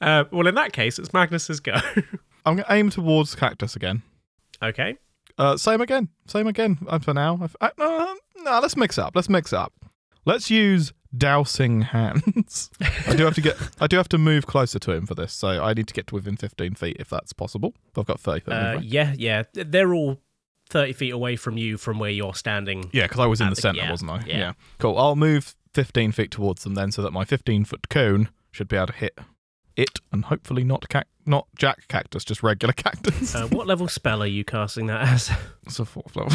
Speaker 1: uh, well, in that case, it's Magnus's go.
Speaker 2: I'm going to aim towards cactus again.
Speaker 1: okay.
Speaker 2: Uh, same again. Same again uh, for now. I've- I, no, no, let's mix up. Let's mix up. Let's use dousing hands. I do have to get. I do have to move closer to him for this, so I need to get to within 15 feet if that's possible. I've got 30. feet.
Speaker 1: Uh, yeah, yeah. Th- They're all thirty feet away from you from where you're standing.
Speaker 2: yeah, because I was in
Speaker 1: at
Speaker 2: the
Speaker 1: the-
Speaker 2: center,
Speaker 1: yeah,
Speaker 2: wasn't I?
Speaker 1: yeah.
Speaker 2: Cool. I'll move 15 feet towards them then, so that my 15 foot cone should be able to hit it, and hopefully not cac- not jack cactus, just regular cactus.
Speaker 1: Uh, what level spell are you casting that as?
Speaker 2: it's a fourth level.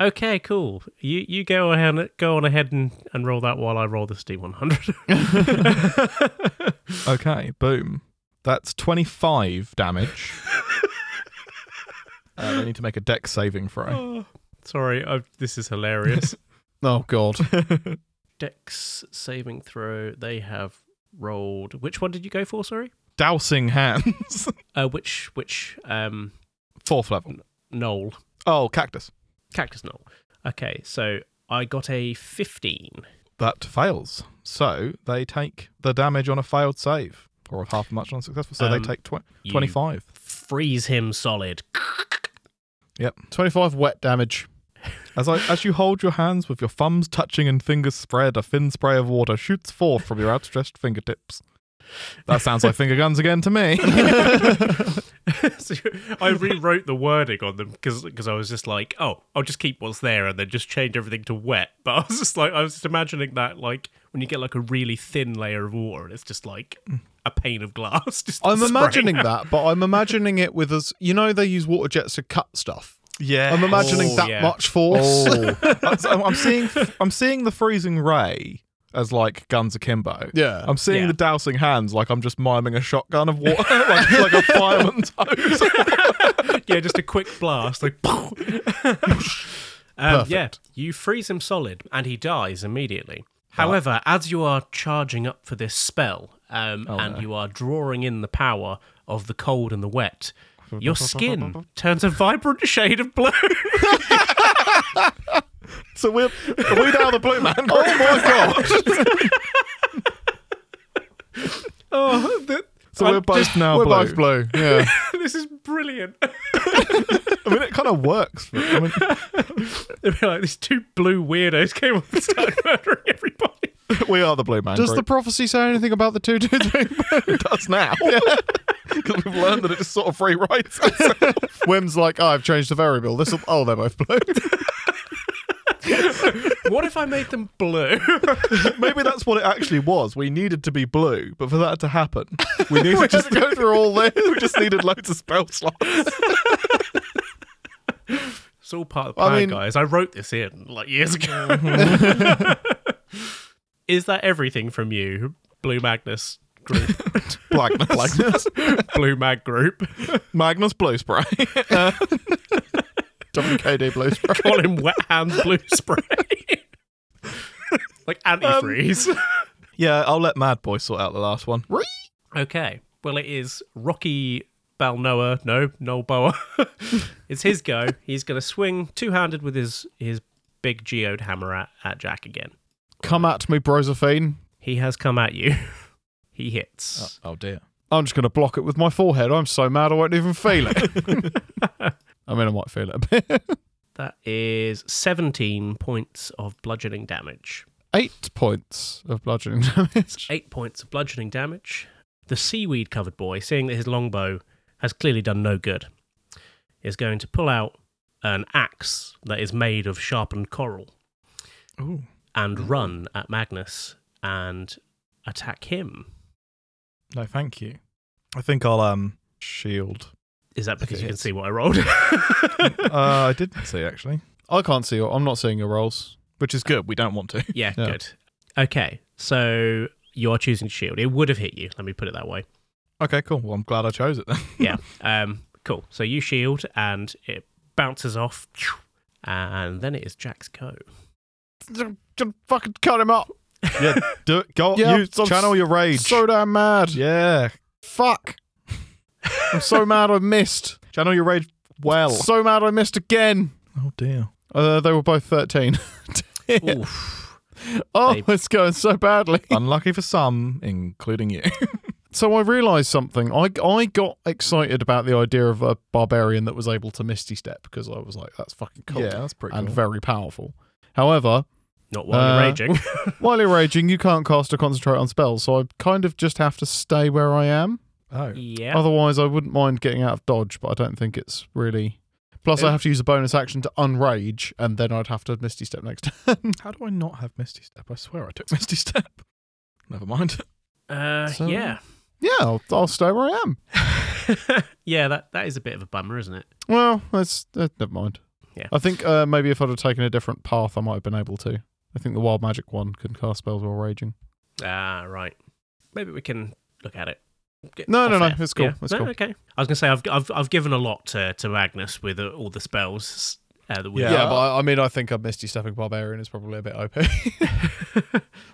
Speaker 1: okay, cool. You you go ahead go on ahead and, and roll that while I roll this D one hundred.
Speaker 2: Okay, boom. That's 25 damage. uh, they need to make a deck saving throw.
Speaker 1: Sorry, i this is hilarious.
Speaker 3: Oh God!
Speaker 1: Dex saving throw. They have rolled. Which one did you go for? Sorry.
Speaker 2: Dousing hands.
Speaker 1: Uh, which which um
Speaker 2: Fourth level.
Speaker 1: knoll
Speaker 2: Oh, cactus.
Speaker 1: cactus knoll. Okay, so I got a fifteen.
Speaker 2: That fails. So they take the damage on a failed save, or half as much on a successful. So
Speaker 1: Um,
Speaker 2: they take tw-
Speaker 1: you-
Speaker 2: 25.
Speaker 1: Freeze him solid.
Speaker 3: Twenty-five wet damage.
Speaker 2: As, I, as you hold your hands with your thumbs touching and fingers spread, a thin spray of water shoots forth from your outstretched fingertips. That sounds like finger guns again to me.
Speaker 1: So I rewrote the wording on them because I was just like, oh, I'll just keep what's there and then just change everything to wet. But I was just like, I was just imagining that like when you get like a really thin layer of water and it's just like a pane of glass. Just
Speaker 3: Mm. I'm
Speaker 1: spraying
Speaker 3: imagining
Speaker 1: out.
Speaker 3: that, but I'm imagining it with us. You know, they use water jets to cut stuff.
Speaker 2: yeah,
Speaker 3: I'm imagining
Speaker 1: Oh,
Speaker 3: that
Speaker 1: yeah.
Speaker 3: much force.
Speaker 2: Oh, That's- I'm, I'm seeing I'm seeing the freezing ray as like guns akimbo.
Speaker 3: Yeah.
Speaker 2: I'm seeing
Speaker 1: Yeah.
Speaker 2: the dousing hands like I'm just miming a shotgun of water, like, like a fireman's hose.
Speaker 1: yeah, just a quick blast, like. um, Yeah, you freeze him solid, and he dies immediately. However, as you are charging up for this spell, um, and you are drawing in the power of the cold and the wet, your skin turns a vibrant shade of blue.
Speaker 2: So we're we down the blue man.
Speaker 3: Oh my god!
Speaker 1: oh, th-
Speaker 2: So
Speaker 1: I'm
Speaker 2: we're both now
Speaker 3: We're
Speaker 2: blue.
Speaker 3: both blue. Yeah.
Speaker 1: this is brilliant.
Speaker 2: I mean, it kind of works. For, I mean,
Speaker 1: It'd be like these two blue weirdos came up and started murdering everybody.
Speaker 2: we are the blue man.
Speaker 3: Does the
Speaker 2: group.
Speaker 3: prophecy say anything about the two two three?
Speaker 2: it does now? Because we've learned that it just sort of rewrites. itself.
Speaker 3: Wim's like, oh, I've changed the variable. This will. Oh, they're both blue.
Speaker 1: What if I made them blue?
Speaker 2: Maybe that's what it actually was. We needed to be blue, but for that to happen, we needed
Speaker 3: we
Speaker 2: just
Speaker 3: just go through all this.
Speaker 2: we just needed loads of spell slots.
Speaker 1: It's all part of the
Speaker 3: I
Speaker 1: plan,
Speaker 3: mean-
Speaker 1: guys. I wrote this in like years ago. Is that everything from you, Blue Magnus Group,
Speaker 2: Blackness. Blackness.
Speaker 1: Blue Mag Group?
Speaker 2: Magnus Blue Spray.
Speaker 3: WKD blue spray.
Speaker 1: Call him Wet Hands Blue Spray. like antifreeze.
Speaker 3: Um,
Speaker 2: yeah, I'll let Mad Boy sort out the last one.
Speaker 1: okay. Well, it is Rocky Balnoa. No, Noel Boa. it's his go. He's going to swing two handed with his, his big geode hammer at, at Jack again.
Speaker 3: Come at me, Brosophine.
Speaker 1: He has come at you. he hits.
Speaker 2: Oh dear.
Speaker 3: I'm just going to block it with my forehead. I'm so mad I won't even feel it. I mean, I might feel it a bit.
Speaker 1: That is 17 points of bludgeoning damage.
Speaker 3: Eight points of bludgeoning damage.
Speaker 1: Eight points of bludgeoning damage. The seaweed covered boy, seeing that his longbow has clearly done no good, is going to pull out an axe that is made of sharpened coral
Speaker 2: Ooh.
Speaker 1: and run at Magnus and attack him.
Speaker 2: No, thank you. I think I'll um shield.
Speaker 1: Is that because
Speaker 3: Okay,
Speaker 1: you can
Speaker 3: it's-
Speaker 1: see what I rolled?
Speaker 2: Uh, I didn't see actually,
Speaker 3: I can't see your. I'm not seeing your rolls.
Speaker 2: which is good. We don't want to.
Speaker 1: yeah,
Speaker 3: Yeah.
Speaker 1: good. Okay, so you are choosing shield. It would have hit you, let me put it that way.
Speaker 2: Okay, cool. Well, I'm glad I chose it then.
Speaker 1: yeah. Um, cool. So you shield and it bounces off, and then it is Jack's go.
Speaker 3: Just fucking cut him up.
Speaker 2: yeah, do it. Go.
Speaker 3: Yeah,
Speaker 2: you
Speaker 3: so-
Speaker 2: channel your rage.
Speaker 3: So damn mad.
Speaker 2: yeah,
Speaker 3: Fuck. I'm so mad I missed.
Speaker 2: channel your rage well.
Speaker 3: So mad I missed again.
Speaker 2: oh dear.
Speaker 3: Uh, they were both 13.
Speaker 1: Oof.
Speaker 3: Oh,
Speaker 1: They-
Speaker 3: it's going so badly.
Speaker 2: Unlucky for some, including you.
Speaker 3: So I realised something. I, I got excited about the idea of a barbarian that was able to Misty Step because I was like, that's fucking cool
Speaker 2: that's pretty
Speaker 3: and very powerful. However,
Speaker 1: Not while
Speaker 3: Uh,
Speaker 1: you're raging.
Speaker 3: while you're raging, you can't cast or concentrate on spells, so I kind of just have to stay where I am.
Speaker 2: oh,
Speaker 1: yeah.
Speaker 3: Otherwise, I wouldn't mind getting out of dodge, but I don't think it's really. Plus, I have to use a bonus action to unrage, and then I'd have to Misty Step next turn.
Speaker 2: how do I not have Misty Step? I swear I took Misty Step. Never mind.
Speaker 1: Uh,
Speaker 3: So-
Speaker 1: yeah.
Speaker 3: yeah, I'll, I'll stay where I am.
Speaker 1: yeah. That that is a bit of a bummer, isn't it?
Speaker 3: Well, that's uh, never mind.
Speaker 1: Yeah.
Speaker 3: I think uh, maybe if I'd have taken a different path, I might have been able to. I think the wild magic one can cast spells while raging.
Speaker 1: Ah, right. Maybe we can look at it. Get
Speaker 3: No, no,
Speaker 1: off
Speaker 3: no,
Speaker 1: air.
Speaker 3: it's cool, it's
Speaker 1: Oh, no,
Speaker 3: cool.
Speaker 1: Okay. I was gonna say I've I've I've given a lot to to Magnus with uh, all the spells uh, that we.
Speaker 2: Yeah. Yeah,
Speaker 3: I, I mean, I think a Misty Stepping Barbarian is probably a bit OP,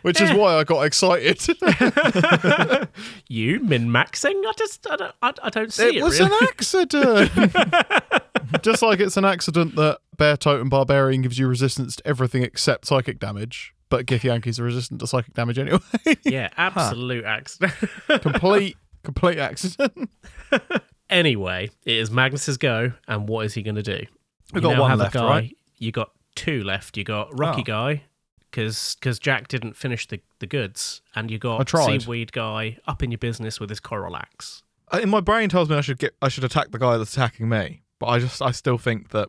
Speaker 3: which
Speaker 1: Eh.
Speaker 3: why I got excited.
Speaker 1: you min maxing? I just I don't I, I don't see it.
Speaker 3: it was
Speaker 1: really.
Speaker 3: an accident. Just like it's an accident that Bear Totem Barbarian gives you resistance to everything except psychic damage, but Githyanki's are resistant to psychic damage anyway.
Speaker 1: yeah, absolute accident.
Speaker 3: complete, complete accident.
Speaker 1: Anyway, it is Magnus's go, and what is he going to do?
Speaker 2: We've
Speaker 1: You
Speaker 2: got
Speaker 1: now
Speaker 2: one
Speaker 1: have a
Speaker 2: left,
Speaker 1: guy-
Speaker 2: right?
Speaker 1: You got two left. You got Rocky
Speaker 2: Oh.
Speaker 1: Guy because Jack didn't finish the, the goods, and you
Speaker 3: I
Speaker 1: got
Speaker 3: tried.
Speaker 1: seaweed guy up in your business with his coral axe.
Speaker 2: Uh, In my brain tells me I should get I should attack the guy that's attacking me, but I just I still think that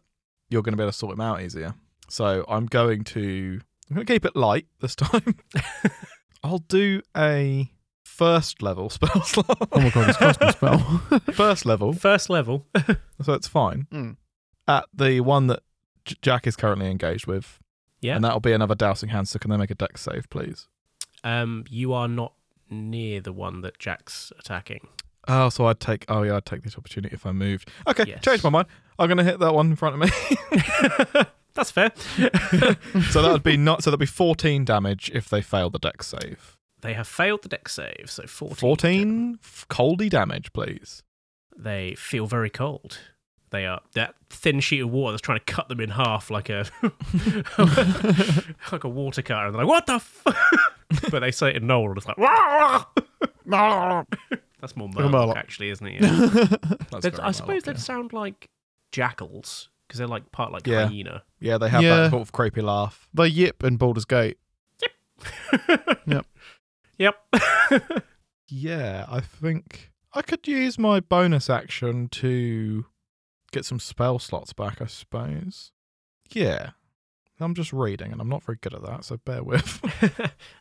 Speaker 2: you're going to be able to sort him out easier. So I'm going to I'm going to keep it light this time. I'll do a first level spell slot.
Speaker 3: Oh my god, it's cost me a spell.
Speaker 2: first level,
Speaker 1: First level,
Speaker 2: so it's fine.
Speaker 3: Mm.
Speaker 2: At the one that J- Jack is currently engaged with.
Speaker 1: Yeah.
Speaker 2: And that'll be another dousing hand, so can they make a deck save, please?
Speaker 1: um, you are not near the one that Jack's attacking.
Speaker 2: Oh, so I'd take. Oh, yeah, I'd take this opportunity if I moved. Okay,
Speaker 1: Yes.
Speaker 2: change my mind. I'm going to hit that one in front of me.
Speaker 1: That's fair.
Speaker 2: so that would be not. So that'd be 14 damage if they fail the deck save.
Speaker 1: They have failed the deck save, so 14.
Speaker 2: 14 f- coldy damage, please.
Speaker 1: They feel very cold. They are that thin sheet of water that's trying to cut them in half like a like a water cutter. And they're like, what the f-? But they say it in Noel, and it's like, "Wah!" that's more
Speaker 3: a
Speaker 1: Murloc,
Speaker 3: Murloc.
Speaker 1: actually, isn't it? Yeah.
Speaker 2: That's
Speaker 1: They'd-
Speaker 2: very
Speaker 1: I suppose
Speaker 2: mild,
Speaker 1: they'd sound like jackals because they're like part like
Speaker 2: Yeah.
Speaker 1: hyena.
Speaker 2: yeah. yeah, they have
Speaker 3: Yeah.
Speaker 2: that sort of creepy laugh.
Speaker 3: they yip in Baldur's Gate. Yep.
Speaker 1: Yep.
Speaker 2: Yeah, I think I could use my bonus action to get some spell slots back, I suppose. Yeah. I'm just reading and I'm not very good at that, so bear with.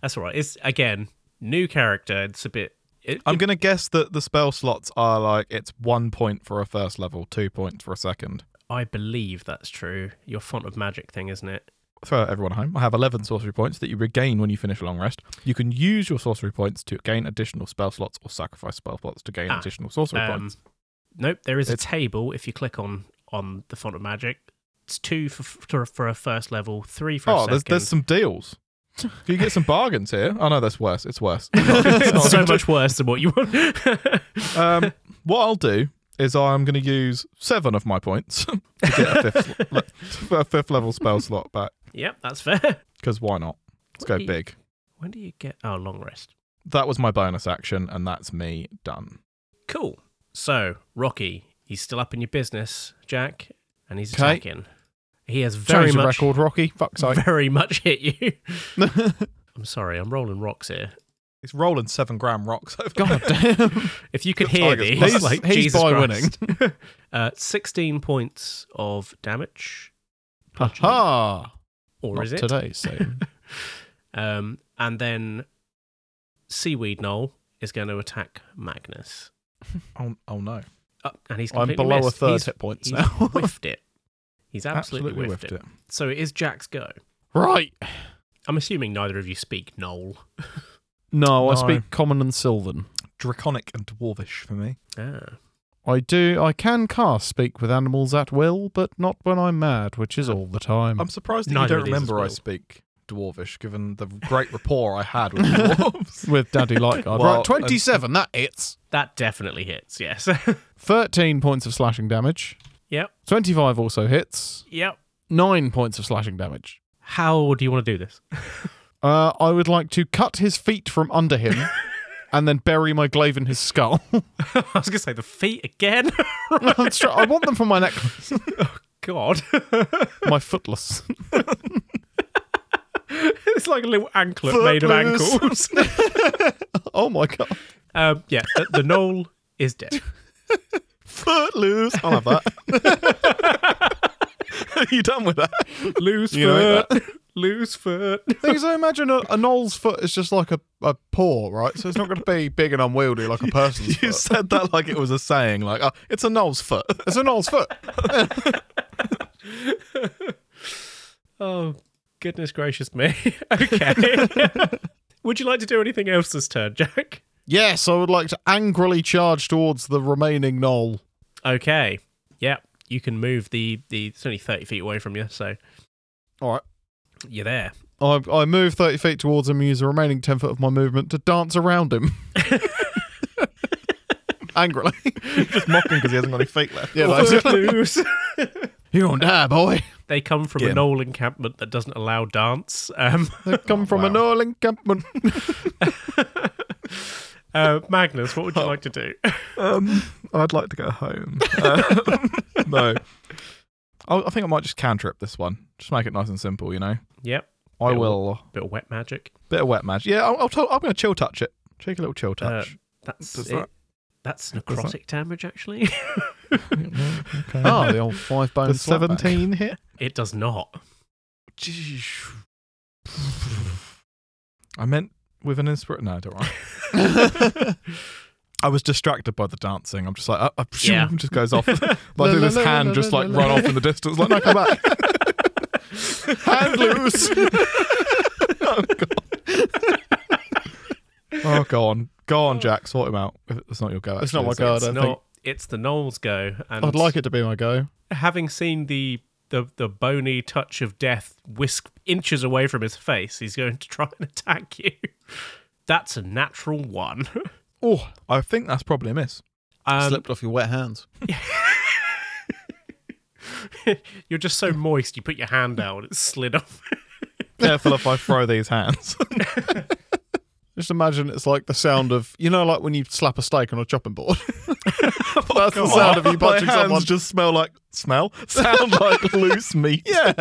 Speaker 1: That's all right. It's again new character. It's a bit. It,
Speaker 2: I'm going to guess that the spell slots are like it's one point for a first level, two points for a second.
Speaker 1: I believe that's true. Your font of magic thing, isn't it?
Speaker 2: For everyone at home, I have 11 sorcery points that you regain when you finish a long rest. You can use your sorcery points to gain additional spell slots or sacrifice spell slots to gain
Speaker 1: Ah,
Speaker 2: additional sorcery points.
Speaker 1: Nope. There is a
Speaker 2: It's-
Speaker 1: table if you click on on the font of magic. It's two for for, for a first level, three for a
Speaker 2: Oh,
Speaker 1: second.
Speaker 2: there's, there's some deals. If you get some bargains here. Oh, no, that's worse. It's worse.
Speaker 1: it's so much worse than what you want.
Speaker 2: Um, what I'll do is I'm going to use seven of my points to get a fifth, le- for a fifth level spell slot back.
Speaker 1: yep, that's fair.
Speaker 2: Because why not? Let's go
Speaker 1: Wait.
Speaker 2: big.
Speaker 1: When do you get? Oh, long rest.
Speaker 2: That was my bonus action, and that's me done.
Speaker 1: Cool. So Rocky, he's still up in your business, Jack, and he's
Speaker 3: 'Kay.
Speaker 1: attacking. He has very
Speaker 3: Very Change the
Speaker 1: much
Speaker 3: record, Rocky. Fuck's sake.
Speaker 1: very much hit you. I'm sorry, I'm rolling rocks here.
Speaker 2: It's rolling seven gram rocks over.
Speaker 3: God damn.
Speaker 1: If you could
Speaker 2: The
Speaker 1: hear
Speaker 2: tiger's
Speaker 1: these,
Speaker 2: blood.
Speaker 1: like
Speaker 3: He's- he's
Speaker 1: Jesus
Speaker 3: by
Speaker 1: Christ. uh, 16 points of damage, Bludgeoning.
Speaker 3: Ha!
Speaker 1: or
Speaker 3: Not
Speaker 1: is it?
Speaker 3: today, so.
Speaker 1: Um, and then Seaweed Knoll is going to attack Magnus.
Speaker 2: Oh, oh no!
Speaker 1: Uh, and he's
Speaker 3: I'm
Speaker 1: completely
Speaker 3: below
Speaker 1: missed.
Speaker 3: a third
Speaker 1: He's-
Speaker 3: hit points
Speaker 1: he's
Speaker 3: now.
Speaker 1: whiffed it. He's absolutely, whiffed, it. So it is Jack's go.
Speaker 3: right.
Speaker 1: I'm assuming neither of you speak Knoll.
Speaker 3: No, I
Speaker 2: No.
Speaker 3: speak common and Sylvan.
Speaker 2: Draconic and dwarvish for me.
Speaker 1: Ah,
Speaker 3: I do. I can cast speak with animals at will, but not when I'm mad, which is all the time.
Speaker 2: I'm surprised that
Speaker 1: Neither
Speaker 2: you
Speaker 1: of
Speaker 2: don't
Speaker 1: these is
Speaker 2: remember I
Speaker 1: real.
Speaker 2: speak dwarvish, given the great rapport I had with dwarves.
Speaker 3: with Daddy Lightguard.
Speaker 2: Well,
Speaker 3: right, 27. That hits.
Speaker 1: that definitely hits, yes.
Speaker 3: 13 points of slashing damage.
Speaker 1: yep,
Speaker 3: 25 also hits.
Speaker 1: yep.
Speaker 3: 9 points of slashing damage.
Speaker 1: How do you want to do this?
Speaker 3: Uh, I would like to cut his feet from under him and then bury my glaive in his skull.
Speaker 1: I was going to say the feet again.
Speaker 3: I'm str- I want them for my necklace.
Speaker 1: God.
Speaker 3: My footless.
Speaker 1: it's like a little anklet made of
Speaker 3: Footloose.
Speaker 1: ankles.
Speaker 3: oh my god.
Speaker 1: um, yeah, the, the knoll is dead.
Speaker 3: Footloose.
Speaker 2: Oh,
Speaker 3: I'll have that.
Speaker 2: Are you done with that?
Speaker 1: Loose
Speaker 3: You know
Speaker 1: foot. Loose foot.
Speaker 3: Thing is, I imagine a, a knoll's foot is just like a, a paw, right? So it's not going to be big and unwieldy like a person's
Speaker 2: You
Speaker 3: foot.
Speaker 2: said that like it was a saying. Like, oh, it's a knoll's foot.
Speaker 3: It's a knoll's foot.
Speaker 1: Oh, goodness gracious me. okay. Would you like to do anything else this turn, Jack?
Speaker 3: Yes, I would like to angrily charge towards the remaining knoll.
Speaker 1: Okay. Yeah, you can move the, the. It's only 30 feet away from you, so
Speaker 3: All right.
Speaker 1: you're there.
Speaker 3: I, I move 30 feet towards him, use the remaining 10 foot of my movement to dance around him. Angrily.
Speaker 2: Just mocking because he hasn't got any feet left.
Speaker 3: Yeah,
Speaker 1: Footloose.
Speaker 3: You're on die, boy.
Speaker 1: they come from
Speaker 2: Get
Speaker 1: a
Speaker 2: 'em.
Speaker 1: knoll encampment that doesn't allow dance. Um,
Speaker 3: They've come from a
Speaker 2: wow.
Speaker 3: knoll encampment.
Speaker 1: uh, Magnus, what would you like to do?
Speaker 2: Um, I'd like to go home. Um, no. I, I think I might just cantrip this one. Just make it nice and simple, you know?
Speaker 1: yep.
Speaker 2: I
Speaker 1: Yeah,
Speaker 2: will.
Speaker 1: Bit of wet magic.
Speaker 2: Bit of wet magic. Yeah, I'll, I'll tell, I'm going to chill touch it. Take a little chill touch.
Speaker 1: Uh, That's
Speaker 2: Does
Speaker 1: it.
Speaker 2: that-
Speaker 1: That's
Speaker 2: that-
Speaker 1: necrotic damage, actually.
Speaker 2: Uh, okay.
Speaker 3: Oh, the old five bone
Speaker 2: Does 17 hit?
Speaker 1: it does not.
Speaker 2: I meant with an inspiration. No, don't worry. I was distracted by the dancing. I'm just like, uh, uh,
Speaker 1: Yeah.
Speaker 2: just goes off. Like I think this hand just like run off in the distance. Like, no, come back.
Speaker 3: Hand loose.
Speaker 2: Oh, go on. Go on, Jack. Sort him out. It's not your go.
Speaker 3: It's
Speaker 2: actually,
Speaker 3: not my
Speaker 2: is
Speaker 3: go, I
Speaker 2: it?
Speaker 1: It's
Speaker 3: don't
Speaker 1: not. It's the Knowles go. And
Speaker 3: I'd like it to be my go.
Speaker 1: having seen the, the the bony touch of death whisk inches away from his face, he's going to try and attack you. That's a natural one.
Speaker 2: Oh, I think that's probably a miss.
Speaker 1: Um,
Speaker 3: Slipped off your wet hands.
Speaker 1: you're just so moist, you put your hand out and it slid off.
Speaker 2: Careful if I throw these hands.
Speaker 3: Just imagine it's like the sound of you know, like when you slap a steak on a chopping board. That's the sound of you
Speaker 2: My
Speaker 3: punching
Speaker 2: hands
Speaker 3: someone.
Speaker 2: just smell like smell, sound like loose meat. Yeah,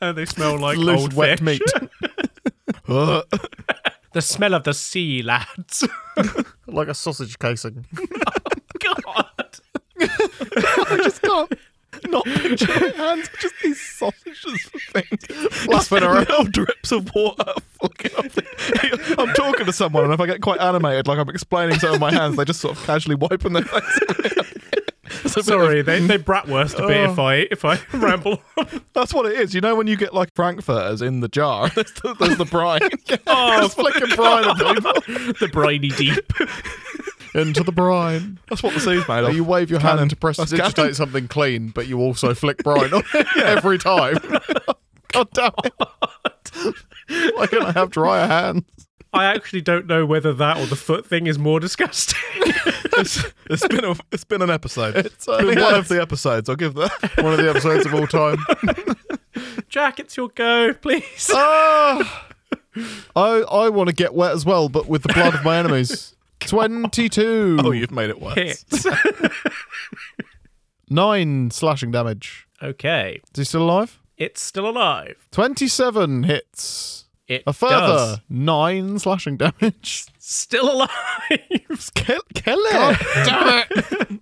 Speaker 1: and they smell like
Speaker 3: Loose
Speaker 1: old
Speaker 3: wet
Speaker 1: fish.
Speaker 3: meat.
Speaker 1: The smell of the sea, lads.
Speaker 3: like a sausage casing.
Speaker 1: God.
Speaker 2: I just can't not picture my hands. Just these sausages for things,
Speaker 3: Flapping around.
Speaker 2: Little drips of water. Fucking up the- I'm talking to someone, and if I get quite animated, like I'm explaining something with my hands, they just sort of casually wipe on their face. It's a bit
Speaker 1: Sorry, they, they bratwurst a bit if I if I ramble.
Speaker 2: That's what it is. You know when you get like frankfurters in the jar, there's the, there's the brine.
Speaker 1: Oh,
Speaker 3: Flicking brine at people.
Speaker 1: the briny deep.
Speaker 3: into the brine.
Speaker 2: That's what the sea's made of.
Speaker 3: You wave your
Speaker 2: Cannon.
Speaker 3: hand to press
Speaker 2: That's
Speaker 3: to
Speaker 2: cannon.
Speaker 3: digitate something clean, but you also flick brine on it every time. God damn it. Why can't I have drier hands?
Speaker 1: I actually don't know whether that or the foot thing is more disgusting.
Speaker 2: It's, it's been a, it's been an episode. It's
Speaker 3: uh,
Speaker 2: been one
Speaker 3: yes.
Speaker 2: of the episodes. I'll give that.
Speaker 3: One of the episodes of all time.
Speaker 1: Jack, it's your go, please.
Speaker 2: Oh,
Speaker 3: Ah! I I want to get wet as well, but with the blood of my enemies. 22.
Speaker 2: Oh, you've made it worse.
Speaker 1: Hit.
Speaker 3: Nine slashing damage.
Speaker 1: okay,
Speaker 3: Is he still alive?
Speaker 1: it's still alive.
Speaker 3: 27 hits.
Speaker 1: It
Speaker 3: A further
Speaker 1: does.
Speaker 3: nine slashing damage.
Speaker 1: Still alive.
Speaker 2: Kill, kill it.
Speaker 3: damn it!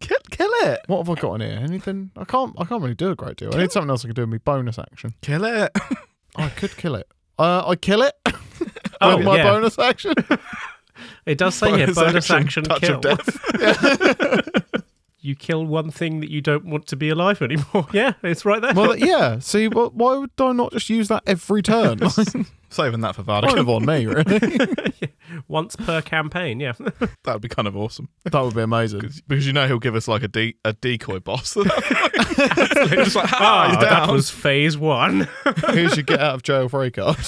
Speaker 2: Kill, kill it.
Speaker 3: What have I got in here? Anything? I can't. I can't really do a great deal. I need something else I can do in my bonus action.
Speaker 2: Kill it.
Speaker 3: I could kill it. Uh, I kill it
Speaker 1: Oh,
Speaker 3: with my
Speaker 1: yeah.
Speaker 3: bonus action.
Speaker 1: It does say here, bonus action,
Speaker 2: touch
Speaker 1: kill.
Speaker 2: of death.
Speaker 1: You kill one thing that you don't want to be alive anymore. Yeah, it's right there.
Speaker 3: Well, yeah. See, well, why would I not just use that every turn? Kind
Speaker 2: Saving that for
Speaker 3: of
Speaker 2: Vardic.
Speaker 3: on me, really.
Speaker 1: Once per campaign, yeah.
Speaker 2: That would be kind of awesome
Speaker 3: That would be amazing.
Speaker 2: because you know he'll give us like a de- a decoy boss. just like, ah,
Speaker 1: Ah,
Speaker 2: you're
Speaker 1: that
Speaker 2: down.
Speaker 1: was phase one.
Speaker 3: Here's your get out of jail free card.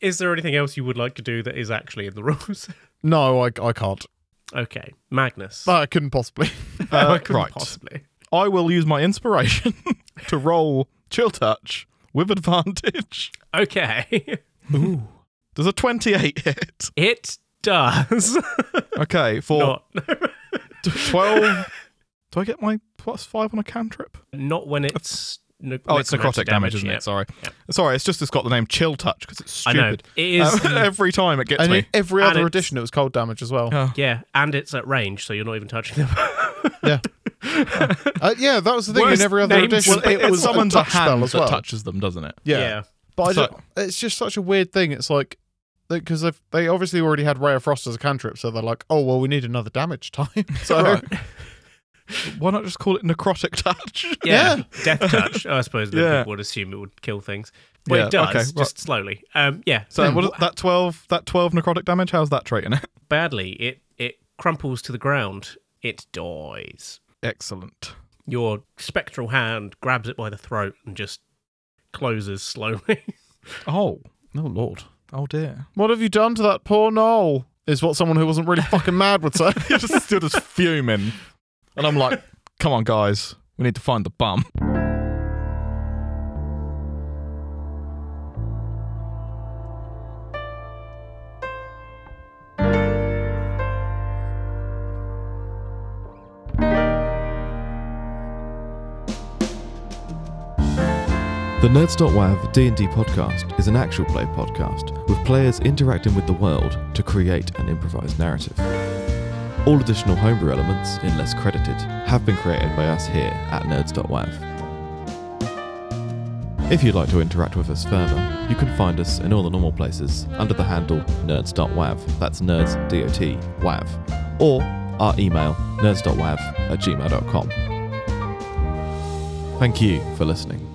Speaker 1: Is there anything else you would like to do that is actually in the rules?
Speaker 3: No, I, I can't.
Speaker 1: okay, Magnus.
Speaker 3: I couldn't possibly.
Speaker 2: Uh,
Speaker 1: Couldn't
Speaker 2: right.
Speaker 1: Possibly.
Speaker 2: I will use my inspiration to roll chill touch with advantage.
Speaker 1: Okay,
Speaker 2: Ooh. Does a 28 hit?
Speaker 1: it does
Speaker 2: Okay, for
Speaker 1: not.
Speaker 2: 12. Do I get my plus five on a cantrip?
Speaker 1: Not when it's. Ne-
Speaker 2: Oh, it's necrotic damage, isn't
Speaker 1: yeah.
Speaker 2: it? Sorry.
Speaker 1: Yeah.
Speaker 2: Sorry, it's just it's got the name chill touch because it's
Speaker 1: I know.
Speaker 2: stupid.
Speaker 1: It is.
Speaker 2: Um, every time it gets
Speaker 3: And
Speaker 2: me.
Speaker 3: in every
Speaker 1: And
Speaker 3: other
Speaker 1: it's-
Speaker 3: edition, it was cold damage as well.
Speaker 2: Oh.
Speaker 1: yeah, and it's at range, so you're not even touching them.
Speaker 3: Yeah. Uh, yeah, that was the thing.
Speaker 1: Worst
Speaker 3: in every other
Speaker 1: name
Speaker 3: edition,
Speaker 1: spell.
Speaker 3: it was
Speaker 2: someone's
Speaker 3: a
Speaker 2: a
Speaker 3: touch spell
Speaker 2: hand
Speaker 3: as well.
Speaker 2: that touches them, doesn't it?
Speaker 3: Yeah. But I
Speaker 2: So-
Speaker 3: don't, it's just such a weird thing. It's like because they they obviously already had Ray of Frost as a cantrip, so they're like, oh well, we need another damage time. So
Speaker 2: Right. Why not just call it necrotic touch?
Speaker 1: yeah,
Speaker 3: Yeah.
Speaker 1: death touch. I suppose that
Speaker 2: Yeah.
Speaker 1: people would assume it would kill things, but
Speaker 2: Yeah,
Speaker 1: it does
Speaker 2: okay, right.
Speaker 1: just slowly. Um, yeah,
Speaker 2: So
Speaker 1: Hmm.
Speaker 2: what is, that 12 that 12 necrotic damage, how's that trait in it?
Speaker 1: badly it it crumples to the ground. It dies.
Speaker 2: Excellent.
Speaker 1: Your spectral hand grabs it by the throat and just closes slowly.
Speaker 2: Oh.
Speaker 3: oh lord,
Speaker 2: Oh dear.
Speaker 3: what have you done to that poor Noel? Is what someone who wasn't really fucking mad would say.
Speaker 2: You're just still just fuming. And I'm like, come on guys, we need to find the bum.
Speaker 4: The Nerds.wav D&D podcast is an actual play podcast with players interacting with the world to create an improvised narrative. All additional homebrew elements, unless credited, have been created by us here at Nerds.wav. If you'd like to interact with us further, you can find us in all the normal places under the handle nerds.wav, that's nerds, D-O-T, wav, or our email nerds.wav at gmail.com. Thank you for listening.